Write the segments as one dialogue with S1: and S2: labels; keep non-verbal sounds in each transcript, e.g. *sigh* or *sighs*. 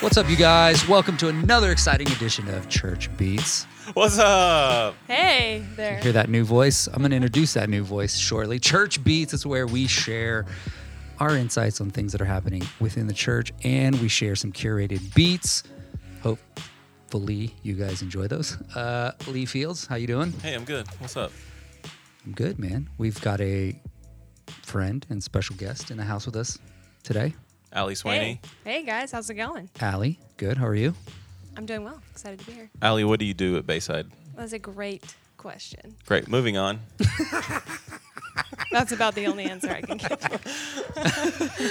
S1: What's up, you guys? Welcome to another exciting edition of Church Beats.
S2: What's up?
S3: Hey there.
S1: Hear that new voice? I'm going to introduce that new voice shortly. Church Beats is where we share our insights on things that are happening within the church and we share some curated beats. Hopefully, you guys enjoy those. Uh, Lee Fields, how you doing?
S2: Hey, I'm good. What's up?
S1: I'm good, man. We've got a friend and special guest in the house with us today.
S2: Ali Swaney.
S3: Hey. hey guys, how's it going?
S1: Allie, good. How are you?
S3: I'm doing well. Excited to be here.
S2: Ali, what do you do at Bayside?
S3: That's a great question.
S2: Great. Moving
S3: *laughs*
S2: on.
S3: That's about the only answer I
S1: *laughs*
S3: can give you.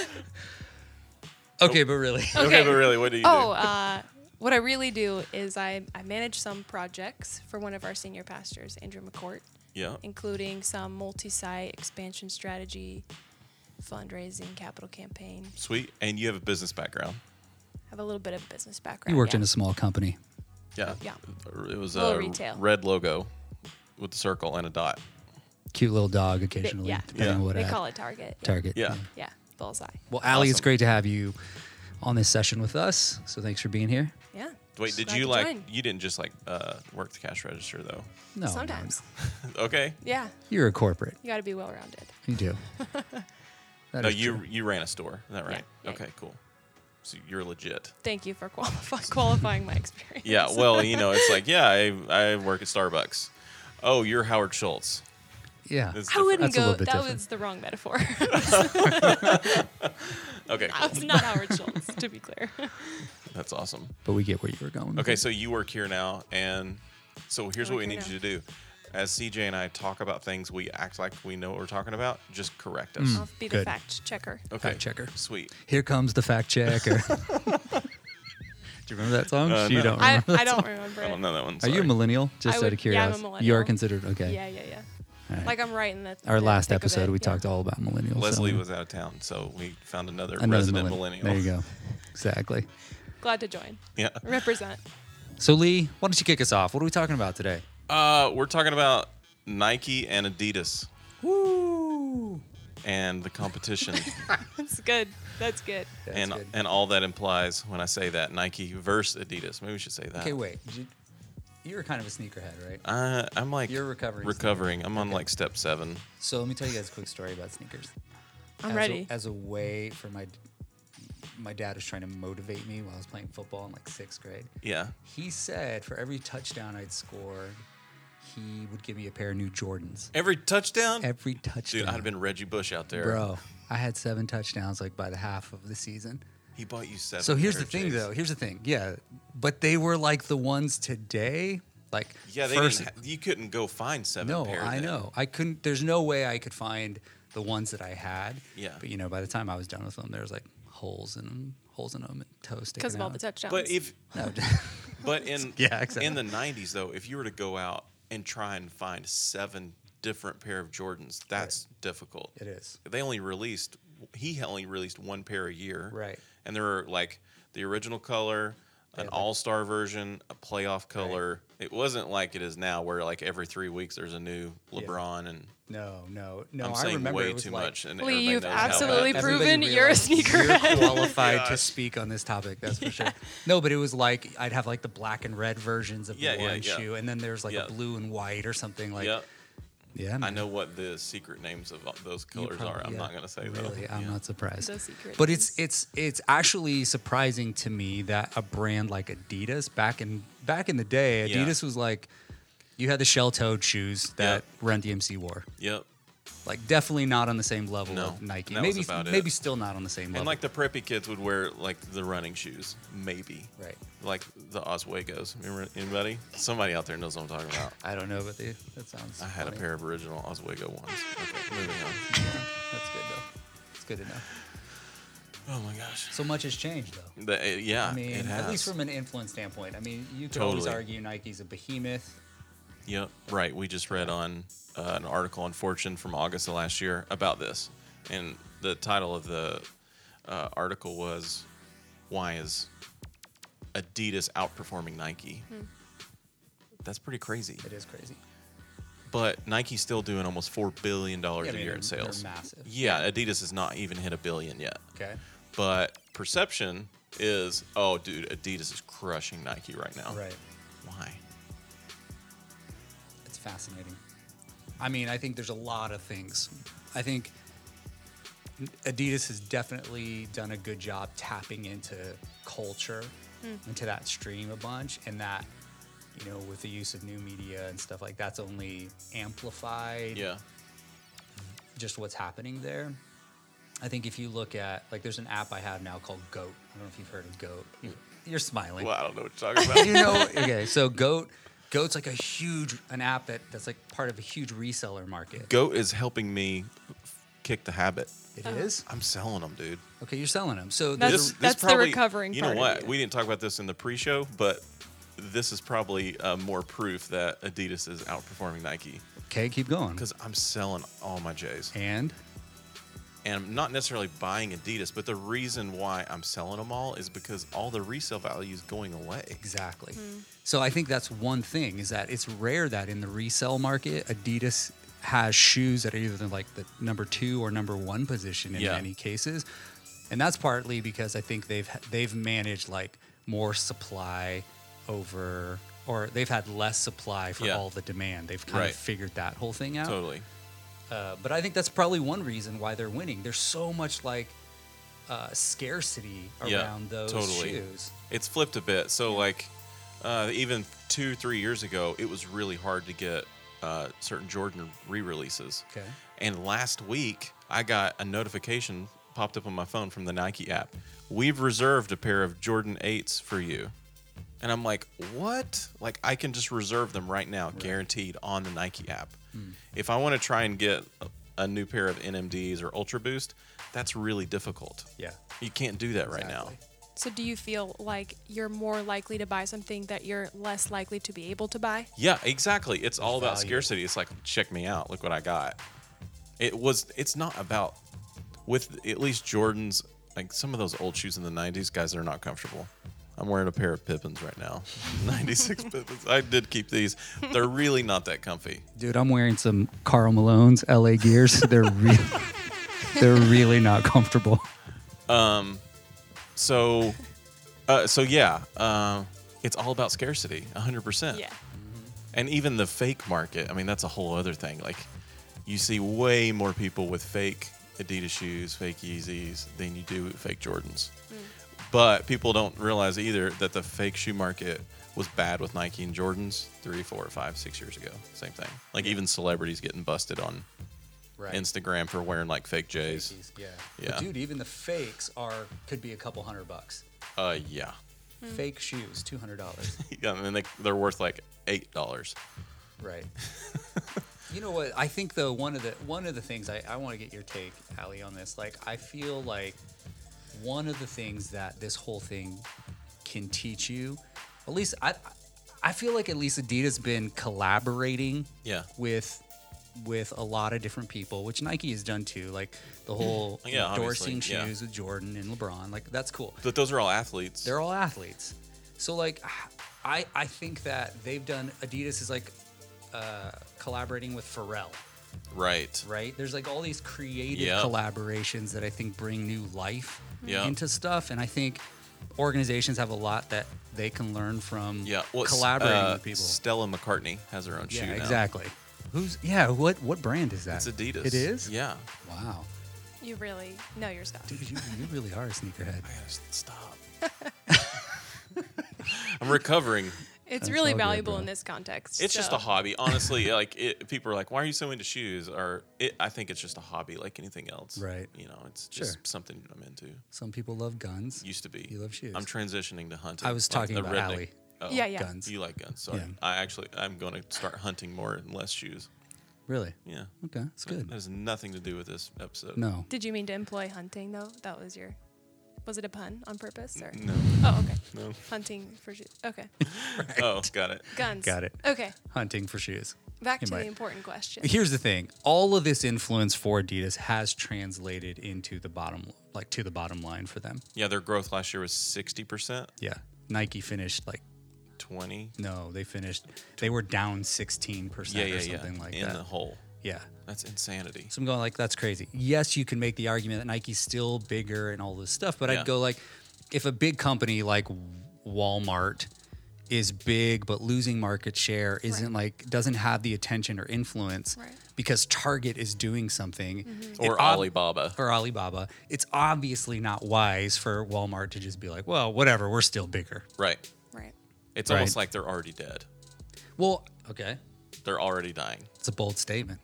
S1: Okay, but really.
S2: okay. but really, what do you
S3: Oh, uh, what I really do is I, I manage some projects for one of our senior pastors, Andrew McCourt,
S2: do? Yeah.
S3: including some multi site expansion strategy, fundraising, capital campaign.
S2: Sweet. And you have a business background.
S3: I have a little bit of business background.
S1: You worked
S3: yeah.
S1: in a small company.
S2: Yeah.
S3: Yeah.
S2: It was
S3: Little
S2: a
S3: retail.
S2: red logo with a circle and a dot.
S1: Cute little dog occasionally,
S3: yeah.
S1: depending on
S2: Yeah.
S1: what
S3: They
S1: ad-
S3: call it Target. Yeah.
S1: target.
S2: Yeah.
S3: Yeah, bullseye.
S1: Well, Allie, it's
S2: Awesome.
S1: great to have you on this session with us. So thanks for being here.
S3: Yeah.
S2: Wait, did
S3: Glad
S2: you
S3: to
S2: like?
S3: join.
S2: You didn't just like uh, work the cash register though. *laughs*
S1: No, no,
S3: Sometimes.
S2: okay.
S3: Yeah,
S1: no. you're a corporate.
S3: you got to be well rounded.
S1: You
S3: *laughs*
S1: do. That
S2: No,
S1: is
S2: you
S1: true.
S2: you ran a store. Is that right?
S3: Yeah.
S2: okay. Cool. So you're legit.
S3: Thank you for qualify- *laughs* qualifying my experience.
S2: Yeah. Well, you know,
S3: *laughs*
S2: it's like yeah, I I work at Starbucks. Oh, you're Howard Schultz.
S1: Yeah.
S2: It's
S3: I wouldn't
S1: That's a
S3: go.
S1: little
S3: That
S1: bit different.
S3: was the wrong metaphor. *laughs*
S2: *laughs* Okay.
S3: I
S2: Cool.
S3: was not Howard Schultz, to
S2: *laughs*
S3: be clear.
S2: That's awesome.
S1: But we get where you were going.
S2: Okay, so you work here now, and so here's
S3: I
S2: what we
S3: work here
S2: need
S3: now.
S2: you to do. As CJ and I talk about things, we act like we know what we're talking about. Just correct us.
S3: I'll be
S1: Good.
S3: the fact checker.
S2: Okay.
S1: Mm. Fact checker.
S2: Sweet.
S1: Here comes the fact
S2: *laughs*
S1: checker. *laughs* do you remember that song?
S2: Uh,
S1: you
S2: no.
S1: don't remember.
S3: I, *laughs*
S1: that *laughs*
S3: I
S1: song?
S3: don't remember.
S2: I
S3: It.
S2: don't know Oh, that one.
S1: Are you a
S2: sorry.
S1: millennial? Just out
S3: would-
S1: of
S3: yeah, I'm a
S1: curiosity. You are
S3: millennial.
S1: considered okay.
S3: Yeah, yeah, yeah.
S1: All right.
S3: Like I'm right in the.
S1: Our
S3: the
S1: last
S3: thick of
S1: episode,
S3: it,
S1: we
S3: yeah.
S1: talked all about millennials. so-
S2: Leslie was out of town, so we found another,
S1: Another
S2: resident
S1: millenn-
S2: millennial.
S1: There you go. Exactly.
S3: Glad to join.
S2: *laughs* Yeah.
S3: Represent. *laughs*
S1: So Lee, why don't you kick us off? What are we talking about today?
S2: Uh, we're talking about Nike and Adidas
S1: Woo!
S2: and
S1: *laughs*
S2: the competition
S3: That's good. That's good.
S2: and and uh, all that implies when I say that Nike versus Adidas. Maybe we should say that.
S1: okay, wait. Did You, you're kind of a sneakerhead, right?
S2: Uh, I'm like
S1: You're recovering.
S2: Recovering. I'm on like step seven.
S1: So let me tell you guys a quick story about sneakers.
S3: I'm
S1: as
S3: ready.
S1: A, as a way for my my dad was trying to motivate me while I was playing football in like sixth grade.
S2: Yeah.
S1: He said for every touchdown I'd scored, he would give me a pair of new Jordans.
S2: Every touchdown.
S1: Every touchdown,
S2: Dude, I'd have been Reggie Bush out there.
S1: bro. I had seven touchdowns like by the half of the season.
S2: He bought you seven.
S1: So here's
S2: pair
S1: the
S2: of
S1: thing,
S2: J's.
S1: though. Here's the thing. Yeah, but they were like the ones today. Like
S2: Yeah, they
S1: 1st
S2: didn't ha- you couldn't go find seven.
S1: No,
S2: pair
S1: I
S2: then.
S1: know. I couldn't. There's no way I could find the ones that I had.
S2: Yeah.
S1: But you know, by the time I was done with them, there was like holes in them, holes in them, and toe sticking
S3: Because of all
S1: out.
S3: the touchdowns.
S2: But if
S3: *laughs*
S1: No, *laughs*
S2: but in
S1: Yeah, exactly.
S2: in the '90s though, if you were to go out and try and find seven different pair of Jordans, that's difficult.
S1: it is.
S2: They only released he only released one pair a year.
S1: Right.
S2: And there were like the original color, an all-star version, a playoff color. It wasn't like it is now, where like every three weeks there's a new LeBron, and
S1: No, no, no.
S2: I'm
S1: I
S2: saying
S1: remember
S2: way
S1: it was
S2: too
S1: like,
S2: much. And
S3: Lee,
S2: everybody
S3: you've
S2: knows how bad
S3: absolutely
S2: that-
S1: everybody
S3: proven you're
S2: *laughs*
S3: a
S1: realized
S3: sneakerhead.
S1: You're qualified to
S2: Gosh.
S1: speak on this topic. That's for
S2: *laughs*
S1: sure. No, but it was like I'd have like the black and red versions of
S2: Yeah,
S1: the
S2: yeah,
S1: one
S2: yeah.
S1: shoe, and then there's like
S2: Yeah.
S1: a blue and white or something like.
S2: Yep.
S1: Yeah,
S2: I
S1: man.
S2: know what the secret names of all those
S1: You
S2: colors are.
S1: probably-
S2: I'm
S1: yeah.
S2: not going to say though.
S1: Really, I'm
S2: Yeah.
S1: not surprised.
S3: The secret
S1: but it's
S3: is-
S1: it's it's actually surprising to me that a brand like Adidas back in back in the day,
S2: Yeah.
S1: Adidas was like, you had the shell-toed shoes that Run DMC wore.
S2: Yep.
S1: Like definitely not on the same level
S2: No,
S1: of Nike.
S2: that was
S1: Maybe
S2: about it.
S1: maybe still not on the same level.
S2: And like the preppy kids would wear like the running shoes, maybe.
S1: Right.
S2: Like the Oswego's. Remember anybody? Somebody out there knows what I'm talking about.
S1: I don't know, but they, that sounds.
S2: I had a
S1: funny.
S2: pair of original Oswego ones. Okay, moving on.
S1: *laughs* Yeah, that's good though. It's good to know.
S2: Oh my gosh.
S1: So much has changed though.
S2: The- it- yeah,
S1: I mean,
S2: it has.
S1: at least from an influence standpoint. I mean, you could always
S2: Totally.
S1: argue Nike's a behemoth.
S2: Yep. Right. We just read on uh, an article on Fortune from August of last year about this, and the title of the uh, article was "Why is Adidas outperforming Nike?" That's pretty crazy.
S1: It is crazy.
S2: But Nike's still doing almost four billion dollars
S1: Yeah, I
S2: a
S1: mean,
S2: year in
S1: they're-
S2: sales.
S1: they're massive.
S2: Yeah, Adidas has not even hit a billion yet.
S1: Okay.
S2: But perception is, oh, dude, Adidas is crushing Nike right now.
S1: Right.
S2: Why?
S1: It's fascinating. I mean, I think there's a lot of things. I think Adidas has definitely done a good job tapping into culture, into that stream a bunch, and that, you know, with the use of new media and stuff like that's only amplified
S2: Yeah.
S1: just what's happening there. I think if you look at like there's an app I have now called Goat. I don't know if you've heard of Goat. You- You're smiling.
S2: Hmm. Well, I don't know what
S1: *laughs*
S2: you're talking about.
S1: you know okay, so Goat Goat's like a huge an app that, that's like part of a huge reseller market.
S2: Goat is helping me kick the habit.
S1: It is?
S2: I'm selling them, dude.
S1: Okay, you're selling them. So
S3: That's-
S1: there's a-
S3: the recovering
S2: You know
S3: part of
S2: what?
S3: it.
S2: We didn't talk about this in the pre-show, but this is probably uh, more proof that Adidas is outperforming Nike
S1: okay, keep going.
S2: because I'm selling all my J's,
S1: And
S2: and I'm not necessarily buying Adidas, but the reason why I'm selling them all is because all the resale value is going away.
S1: exactly. So I think that's one thing is that it's rare that in the resell market Adidas has shoes that are either like the number 2 or number 1 position in
S2: Yeah.
S1: many cases. And that's partly because I think they've they've managed like more supply over or they've had less supply for
S2: Yeah.
S1: all the demand. They've kind
S2: Right.
S1: of figured that whole thing out.
S2: Totally.
S1: Uh, but I think that's probably one reason why they're winning. There's so much like uh, scarcity around
S2: Yeah,
S1: those
S2: totally.
S1: shoes.
S2: It's flipped a bit. So like, uh, even two, three years ago, it was really hard to get uh, certain Jordan re-releases.
S1: Okay.
S2: And last week, I got a notification popped up on my phone from the Nike app. We've reserved a pair of Jordan 8s for you. And I'm like, what? Like, I can just reserve them right now, guaranteed on the Nike app.
S1: Hmm.
S2: If I want to try and get a, a new pair of NMDs or Ultra Boost, that's really difficult.
S1: Yeah.
S2: You can't do that right now.
S1: Exactly.
S3: So do you feel like you're more likely to buy something that you're less likely to be able to buy?
S2: Yeah, exactly. It's all about
S1: value.
S2: scarcity. It's like, check me out. Look what I got. It was. It's not about with at least Jordans. Like some of those old shoes in the '90s, guys, they're not comfortable. I'm wearing a pair of Pippins right now, *laughs* '96 Pippins. I did keep these. They're really not that comfy.
S1: Dude, I'm wearing some Carl Malone's LA Gears. *laughs* they're really, they're really not comfortable.
S2: So, uh, so yeah, uh, it's all about scarcity, 100. percent and even the fake market i mean that's a whole other thing like you see way more people with fake adidas shoes fake yeezys than you do fake jordans but people don't realize either that the fake shoe market was bad with nike and jordans three four five six years ago same thing like even celebrities getting busted on
S1: Right.
S2: instagram for wearing like fake j's
S1: Yeah.
S2: Yeah.
S1: dude, even the fakes are could be a couple hundred bucks.
S2: uh yeah *laughs*
S1: Fake shoes, two hundred dollars.
S2: yeah and then they, they're worth like eight dollars
S1: Right. you know what? I think though one of the one of the things I, I want to get your take, Ali, on this. Like I feel like one of the things that this whole thing can teach you, at least I I feel like at least Adidas been collaborating
S2: Yeah.
S1: with with a lot of different people, which Nike has done too. Like the whole
S2: Mm-hmm. Yeah, obviously,
S1: endorsing
S2: yeah.
S1: shoes with Jordan and LeBron. Like that's cool.
S2: but those are all athletes
S1: They're all athletes. So like, I I think that they've done Adidas is like uh, collaborating with Pharrell,
S2: right
S1: right? There's like all these creative
S2: Yep. Mm-hmm.
S1: collaborations that I think bring new life
S2: Yeah.
S1: into stuff, and I think organizations have a lot that they can learn from
S2: yeah well, s-
S1: collaborating
S2: uh,
S1: with people.
S2: stella mccartney has her own shoe
S1: yeah,
S2: now.
S1: exactly. Who's yeah? What what brand is that?
S2: It's Adidas.
S1: It is.
S2: Yeah.
S1: Wow,
S3: You really know your stuff.
S1: dude, you, you really are a
S2: *laughs*
S1: sneakerhead.
S2: I gotta s-
S1: *laughs*
S2: stop. I'm recovering.
S3: It's
S1: That's
S3: really
S1: all good,
S3: valuable
S1: bro.
S3: in this context.
S2: It's just
S3: so-
S2: a hobby, honestly. Like it, people are like, "Why are you so into shoes?" Or it, I think it's just a hobby, like anything else.
S1: Right.
S2: You know, it's just
S1: Sure.
S2: something I'm into.
S1: Some people love guns.
S2: Used to be.
S1: You love shoes.
S2: I'm transitioning to hunting.
S1: I was
S2: like
S1: talking
S2: the
S1: about
S2: redneck-
S1: Allie.
S2: Oh,
S3: Yeah, yeah.
S1: Guns.
S2: You like guns? Sorry.
S1: Yeah.
S2: I actually, I'm going to start hunting more and less shoes.
S1: really.
S2: Yeah.
S1: Okay, that's
S2: That
S1: good.
S2: has nothing to do with this episode. *laughs*
S1: No,
S3: Did you mean to employ hunting though? That was your. Was it a pun on purpose or?
S2: No.
S3: Oh, okay.
S2: No.
S3: Hunting for shoes.
S1: *laughs*
S3: Okay.
S2: Oh, got it.
S3: Guns.
S1: Got it.
S3: Okay.
S1: hunting for shoes.
S3: Back
S1: You
S3: to
S1: might-
S3: the important question.
S1: *laughs* Here's the thing: all of this influence for Adidas has translated into the bottom, like to the bottom line for them.
S2: Yeah, their growth last year was 60 percent,
S1: Yeah, Nike finished like
S2: 20.
S1: no, they finished. They were down 16
S2: Yeah,
S1: percent
S2: yeah,
S1: or
S2: yeah.
S1: something like
S2: In
S1: that.
S2: the hole.
S1: yeah.
S2: That's insanity.
S1: So I'm going like that's crazy. Yes, you can make the argument that Nike's still bigger and all this stuff, but
S2: Yeah.
S1: I'd go like if a big company like Walmart is big but losing market share isn't
S3: Right.
S1: like doesn't have the attention or influence
S3: Right. Mm-hmm.
S1: because Target is doing something it
S2: or
S1: ob-
S2: Alibaba.
S1: or Alibaba, it's obviously not wise for Walmart to just be like, well, whatever, we're still bigger.
S2: Right.
S3: Right.
S2: It's
S1: Right.
S2: almost like they're already dead.
S1: Well, okay,
S2: They're already dying.
S1: it's a bold statement.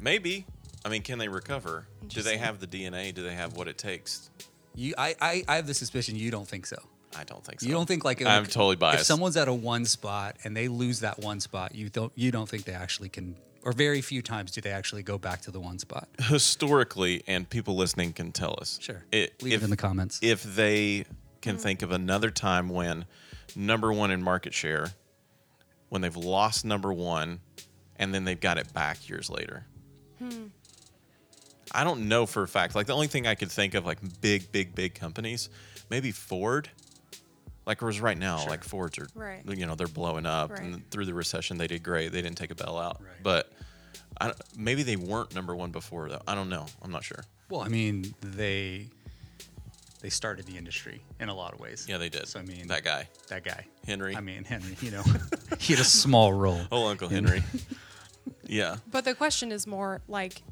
S2: Maybe. I mean, can they recover? Do they
S3: Interesting.
S2: have the DNA? Do they have what it takes?
S1: You, I, I, I have the suspicion you don't think so.
S2: I don't think so.
S1: You don't think like
S2: I'm
S1: if-
S2: totally biased.
S1: If someone's at a one spot and they lose that one spot, you don't you don't think they actually can, or very few times do they actually go back to the one
S2: *sighs*
S1: spot.
S2: historically, and people listening can tell us.
S1: Sure,
S2: It,
S1: leave
S2: if-
S1: it in the comments.
S2: If they
S3: Mm.
S2: can think of another time when number one in market share, when they've lost number one, and then they've got it back years later.
S3: Hmm.
S2: I don't know for a fact. Like the only thing I could think of, like big, big, big companies, maybe Ford. Like whereas right now, like Fords are,
S3: Right.
S2: you know, they're blowing up,
S3: Right.
S2: and through the recession they did great. They didn't take a bell out,
S1: Right.
S2: but I don't, maybe they weren't number one before though. I don't know. I'm not sure.
S1: Well, I mean, they they started the industry in a lot of ways.
S2: Yeah, they did.
S1: So I mean,
S2: that guy,
S1: that guy,
S2: Henry.
S1: I mean, Henry. You know,
S2: *laughs*
S1: *laughs* he had a small role.
S2: Oh, Uncle Henry. yeah.
S3: But the question is more like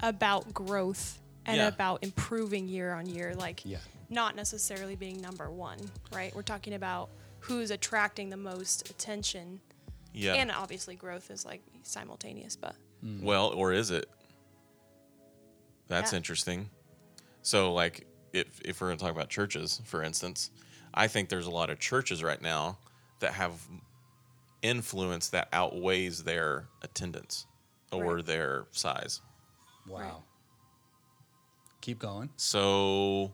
S3: about growth and
S2: Yeah.
S3: about improving year on year, like
S1: Yeah.
S3: not necessarily being number one, right? We're talking about who's attracting the most attention.
S2: Yeah.
S3: And uh, obviously, growth is like simultaneous, but
S2: well, or is it? That's
S3: Yeah.
S2: interesting. So, like, if if we're going to talk about churches, for instance, I think there's a lot of churches right now that have influence that outweighs their attendance or
S3: Right.
S2: their size.
S1: Wow.
S3: Right.
S1: Keep going.
S2: So,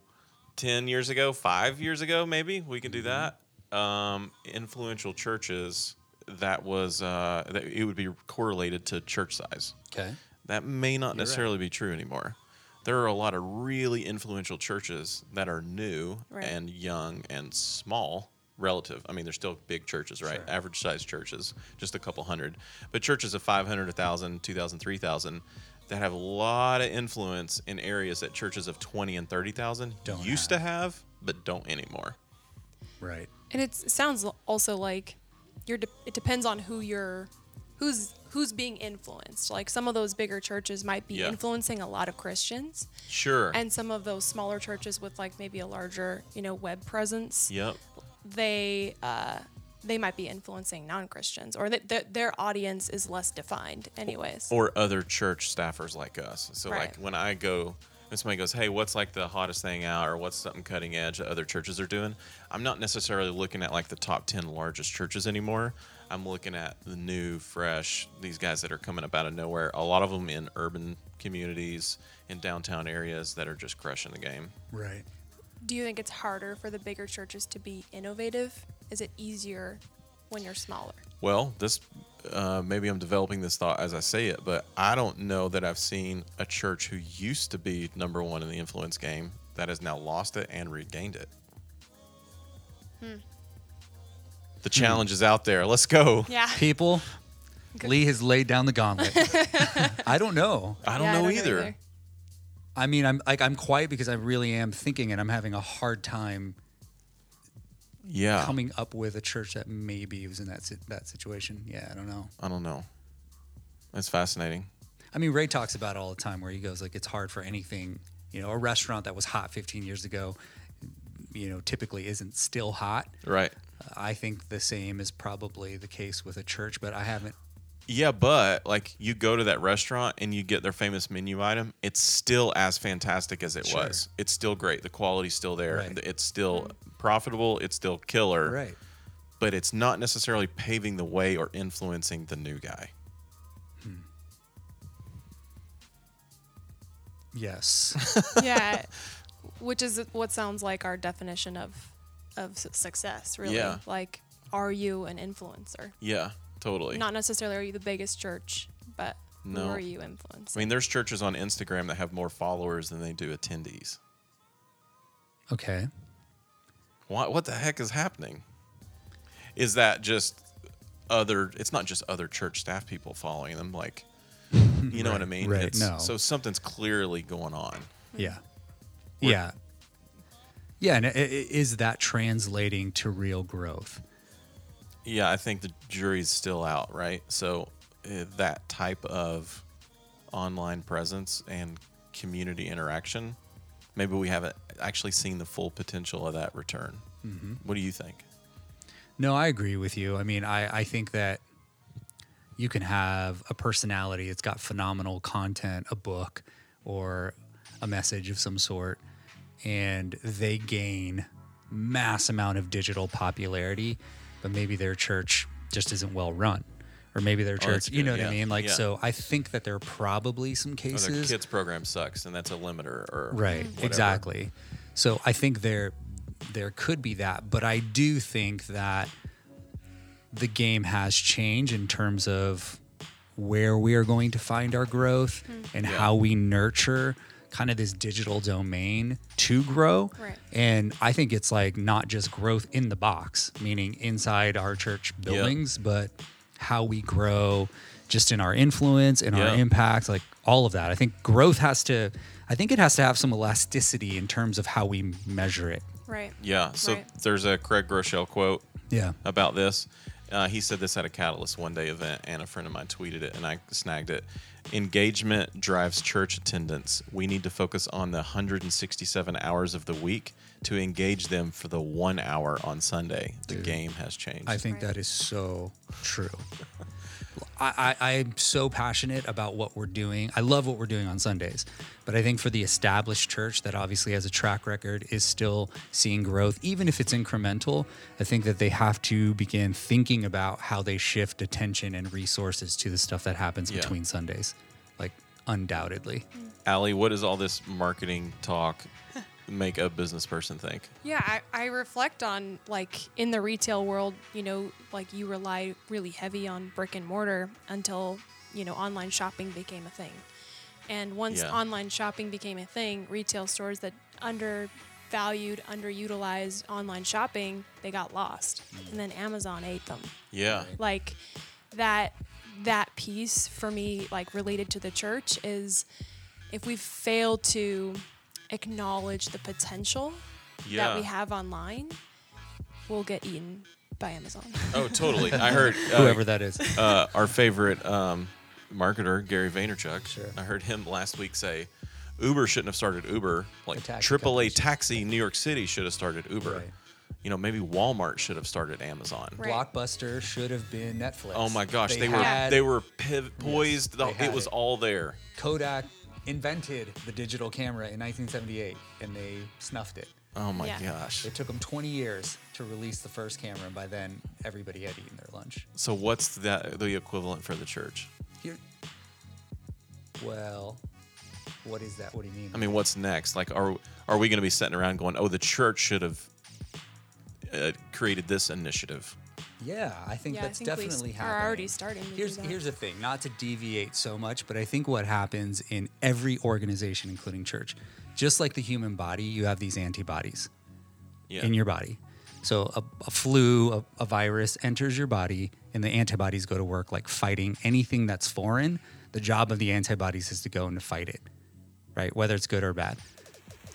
S2: 10 years ago, five years ago, maybe we can do that. Um, influential churches that was uh, that it would be correlated to church size.
S1: Okay.
S2: That may not
S1: right.
S2: necessarily be true anymore. There are a lot of really influential churches that are new
S3: Right.
S2: and young and small relative. I mean, they're still big churches, right?
S1: Sure.
S2: Average sized churches, just a couple hundred. But churches of 500, 1,000, 2,000, 3,000 that have a lot of influence in areas that churches of 20 and 30,000
S1: Don't
S2: used to have, but don't anymore.
S1: Right.
S3: And it's, it sounds l- also like you're. De- it depends on who you're, who's who's being influenced. Like some of those bigger churches might be
S2: Yeah.
S3: influencing a lot of Christians,
S2: Sure.
S3: and some of those smaller churches with like maybe a larger, you know, web presence,
S2: yep.
S3: they uh, they might be influencing non-Christians, or that th- their audience is less defined, anyways.
S2: or other church staffers like us. So like
S3: Right.
S2: when I go and somebody goes, "Hey, what's like the hottest thing out or what's something cutting edge that other churches are doing?" I'm not necessarily looking at like the top 10 largest churches anymore. I'm looking at the new, fresh, these guys that are coming up out of nowhere. A lot of them in urban communities in downtown areas that are just crushing the game.
S1: Right.
S3: Do you think it's harder for the bigger churches to be innovative? Is it easier when you're smaller?
S2: Well, this uh, maybe I'm developing this thought as I say it, but I don't know that I've seen a church who used to be number one in the influence game that has now lost it and regained it. Hmm. The challenge is out there. Let's go.
S3: Yeah.
S1: People, Lee has laid down the gauntlet. I don't know.
S2: I don't know either.
S1: I mean, I'm like I'm quiet because I really am thinking, and I'm having a hard time
S2: Yeah,
S1: coming up with a church that maybe was in that si- that situation. Yeah, I don't know.
S2: I don't know. That's fascinating.
S1: I mean, Ray talks about it all the time where he goes like it's hard for anything, you know, a restaurant that was hot 15 years ago, you know, typically isn't still hot.
S2: Right.
S1: I think the same is probably the case with a church, but I haven't.
S2: Yeah, but like you go to that restaurant and you get their famous menu item, it's still as fantastic as it
S1: Sure.
S2: was. It's still great. The quality's still there.
S1: Right.
S2: It's still profitable. It's still killer. But it's not necessarily paving the way or influencing the new guy.
S1: Yes.
S3: yeah. *laughs* Which is what sounds like our definition of of su- success, really.
S2: Yeah.
S3: Like, are you an influencer?
S2: Yeah, totally.
S3: Not necessarily are you the biggest church, but
S2: No.
S3: who are you
S2: I
S3: influencing?
S2: mean, there's churches on Instagram that have more followers than they do attendees.
S1: okay.
S2: What what the heck is happening? Is that just other it's not just other church staff people following
S1: *laughs*
S2: them like you know what I mean?
S1: right,
S2: It's-
S1: no.
S2: So something's clearly going on.
S1: Yeah. Yeah. Yeah, and i- i- is that translating to real growth?
S2: Yeah, I think the jury's still out, right? So uh, that type of online presence and community interaction, maybe we haven't actually seen the full potential of that return.
S1: Mm-hmm.
S2: What do you think?
S1: No, I agree with you. I mean, I, I think that you can have a personality that's got phenomenal content, a book, or a message of some sort, and they gain mass amount of digital popularity, but maybe their church just isn't well run. Or maybe their
S2: Oh, that's
S1: church, you
S2: good,
S1: know what
S2: yeah,
S1: I mean? Like,
S2: yeah.
S1: so I think that there are probably some
S2: Or
S1: cases.
S2: the kids program sucks, and that's a limiter, or
S1: right
S2: whatever.
S1: exactly so i think there there could be that but i do think that the game has changed in terms of where we are going to find our growth
S2: Hmm.
S1: and
S2: Yeah.
S1: how we nurture kind of this digital domain to grow
S3: Right.
S1: and i think it's like not just growth in the box meaning inside our church buildings but how we grow just in our influence and
S2: Yeah.
S1: our impact like all of that i think growth has to i think it has to have some elasticity in terms of how we measure it
S3: Right.
S2: Yeah. So
S3: Right.
S2: there's a Craig Groeschel quote
S1: yeah
S2: about this. Uh, he said this at a Catalyst one day event, and a friend of mine tweeted it, and I snagged it. Engagement drives church attendance. We need to focus on the 167 hours of the week to engage them for the one hour on Sunday. The game has changed.
S1: I think
S3: Right.
S1: that is so true. I, I, I'm so passionate about what we're doing. I love what we're doing on Sundays, but I think for the established church that obviously has a track record is still seeing growth, even if it's incremental. I think that they have to begin thinking about how they shift attention and resources to the stuff that happens
S2: Yeah.
S1: between Sundays, like undoubtedly.
S2: Allie, what does all this marketing talk make a business person think?
S3: Yeah, I, I reflect on like in the retail world, you know, like you rely really heavy on brick and mortar until, you know, online shopping became a thing. And once
S2: Yeah.
S3: online shopping became a thing, retail stores that undervalued, underutilized online shopping, they got lost. And then Amazon ate them
S2: Yeah.
S3: like that that piece for me like related to the church is if we fail to acknowledge the potential
S2: Yeah.
S3: that we have online we'll get eaten by amazon
S2: Oh, totally. I heard uh,
S1: Whoever that is.
S2: uh, our favorite um, marketer, Gary Vaynerchuk.
S1: Sure.
S2: I heard him last week say, "Uber shouldn't have started Uber. Like
S1: The taxi
S2: AAA
S1: companies.
S2: taxi, New York City should have started Uber.
S1: Right.
S2: You know, maybe Walmart should have started Amazon."
S3: Right.
S1: Blockbuster should have been Netflix.
S2: Oh my gosh, they, were
S1: had-
S2: they were piv- poised. The-
S1: they had
S2: it was
S1: it.
S2: all there.
S1: Kodak invented the digital camera in 1978 and they snuffed it.
S2: Oh my
S3: Yeah.
S2: gosh.
S1: It took them 20 years to release the first camera, and by then everybody had eaten their lunch.
S2: So what's that the equivalent for the church?
S1: Here, well, what is that? What do you mean?
S2: I mean, what's next? Like, are are we going to be sitting around going, "Oh, the church should have uh, created this initiative"?
S1: yeah, I think
S3: Yeah, I
S1: that's
S3: think we s-
S1: definitely
S3: are
S1: happening.
S3: already starting to do
S1: Here's
S3: that.
S1: here's the thing, not to deviate so much, but I think what happens in every organization, including church, just like the human body, you have these antibodies.
S2: Yeah.
S1: in your body. So a, a flu, a, a virus enters your body, and the antibodies go to work like fighting anything that's foreign. The job of the antibodies is to go and to fight it, right? Whether it's good or bad.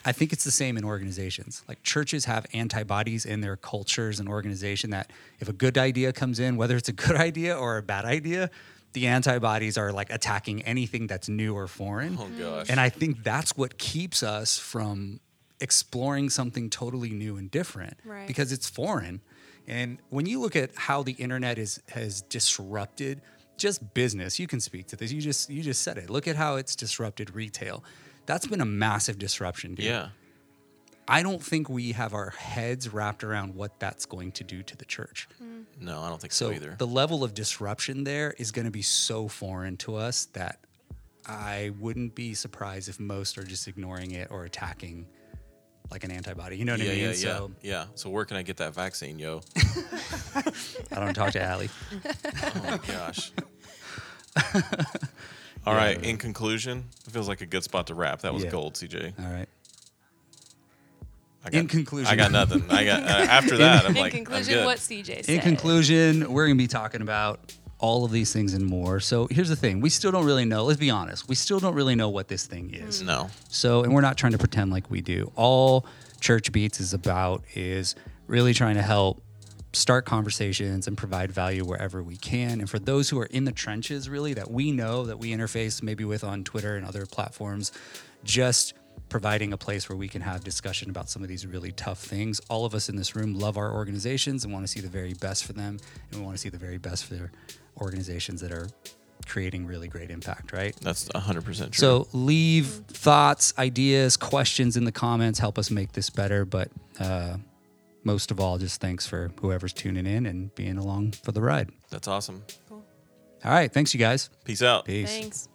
S1: I think it's the same in organizations. Like churches have antibodies in their cultures and organization that if a good idea comes in, whether it's a *laughs* good idea or a bad idea, the antibodies are like attacking anything that's new or foreign.
S2: oh gosh.
S1: And I think that's what keeps us from exploring something totally new and different
S3: Right.
S1: because it's foreign. And when you look at how the internet is has disrupted just business, you can speak to this. You just you just said it. Look at how it's disrupted retail. That's been a massive disruption, dude.
S2: yeah.
S1: I don't think we have our heads wrapped around what that's going to do to the church.
S2: No, I don't think so,
S1: So
S2: either.
S1: the level of disruption there is going to be so foreign to us that I wouldn't be surprised if most are just ignoring it or attacking like an antibody. You know what
S2: yeah,
S1: I mean?
S2: yeah, yeah,
S1: So
S2: yeah. So where can I get that
S1: *laughs*
S2: vaccine, yo?
S1: I don't
S2: *laughs*
S1: talk to Allie.
S2: Oh my
S1: *laughs*
S2: gosh. All right. In conclusion, it feels like a good spot to wrap. That was
S1: Yeah.
S2: gold, CJ.
S1: All right.
S2: I got,
S1: In conclusion-
S2: I got
S1: *laughs*
S2: nothing. I got uh, after that. *laughs* I'm
S3: in
S2: like, I'm
S3: conclusion
S2: good.
S3: what cj said
S1: In conclusion, we're going to be talking about all of these things and more. So here's the thing: we still don't really know. Let's be honest. We still don't really know what this thing is.
S2: No.
S1: So, and we're not trying to pretend like we do. All Church Beats is about is really trying to help start conversations and provide value wherever we can. And for those who are in the trenches, really, that we know that we interface maybe with on Twitter and other platforms, just providing a place where we can have discussion about some of these really tough things. All of us in this room love our organizations and want to see the very best for them. And we want to see the very best for their organizations that are creating really great impact, right?
S2: That's 100% true.
S1: So leave thoughts, ideas, questions in the comments. Help us make this better. But uh, most of all, just thanks for whoever's tuning in and being along for the ride.
S2: That's awesome.
S3: Cool.
S1: All right. Thanks, you guys.
S2: Peace out.
S1: Peace.
S3: Thanks.